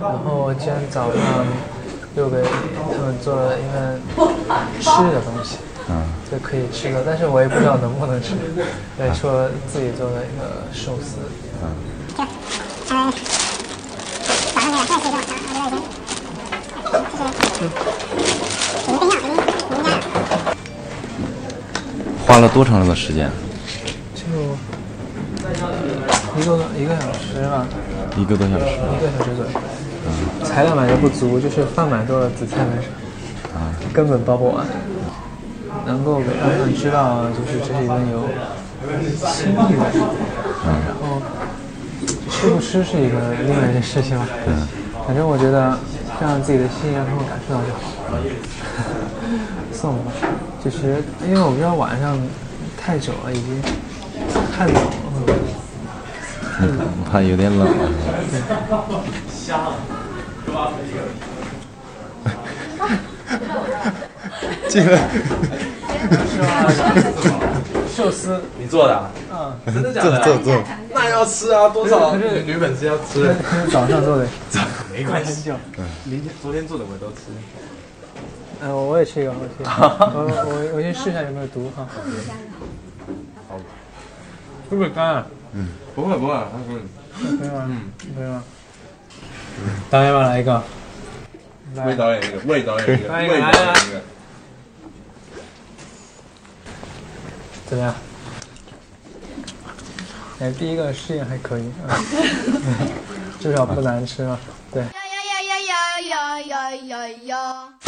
然后我今天早上又给他们做了一份吃的东西，嗯，就可以吃的，但是我也不知道能不能吃。对，说自己做的一个寿司，哎啊嗯，早上那个太睡觉，然后嗯我就有点，就是，不一样，不一样。花了多长的时间？就一个一个小时吧，一个多小时一个小时左右。嗯材料买的不足，就是饭买多了，紫菜买少，啊，根本包不完。能够给他们知道，就是这是一顿有心意的，然后吃不吃是一个另外一件事情吧。反正我觉得让自己的心意让他们感受到就好。 送吧，就是因为我不知道晚上太久了，已经看懂了。嗯，怕有点冷。进来，寿司，你做的、啊？嗯，真的假坐的？坐坐。那要吃啊，多少可是女粉丝要吃这，是 早上做的，没关系。明天昨天做的我都吃。嗯，我也吃一个，我吃一个，我我我先试一下有没有毒哈。会不会干啊？不会不会，嗯，可以吗？可以吗？导演吧，来一个。魏导演那个，魏导演那个，来魏导演那个，怎么样？哎，第一个适应还可以，啊 至少不难吃嘛。对。哎呀呀呀呀呀呀呀呀！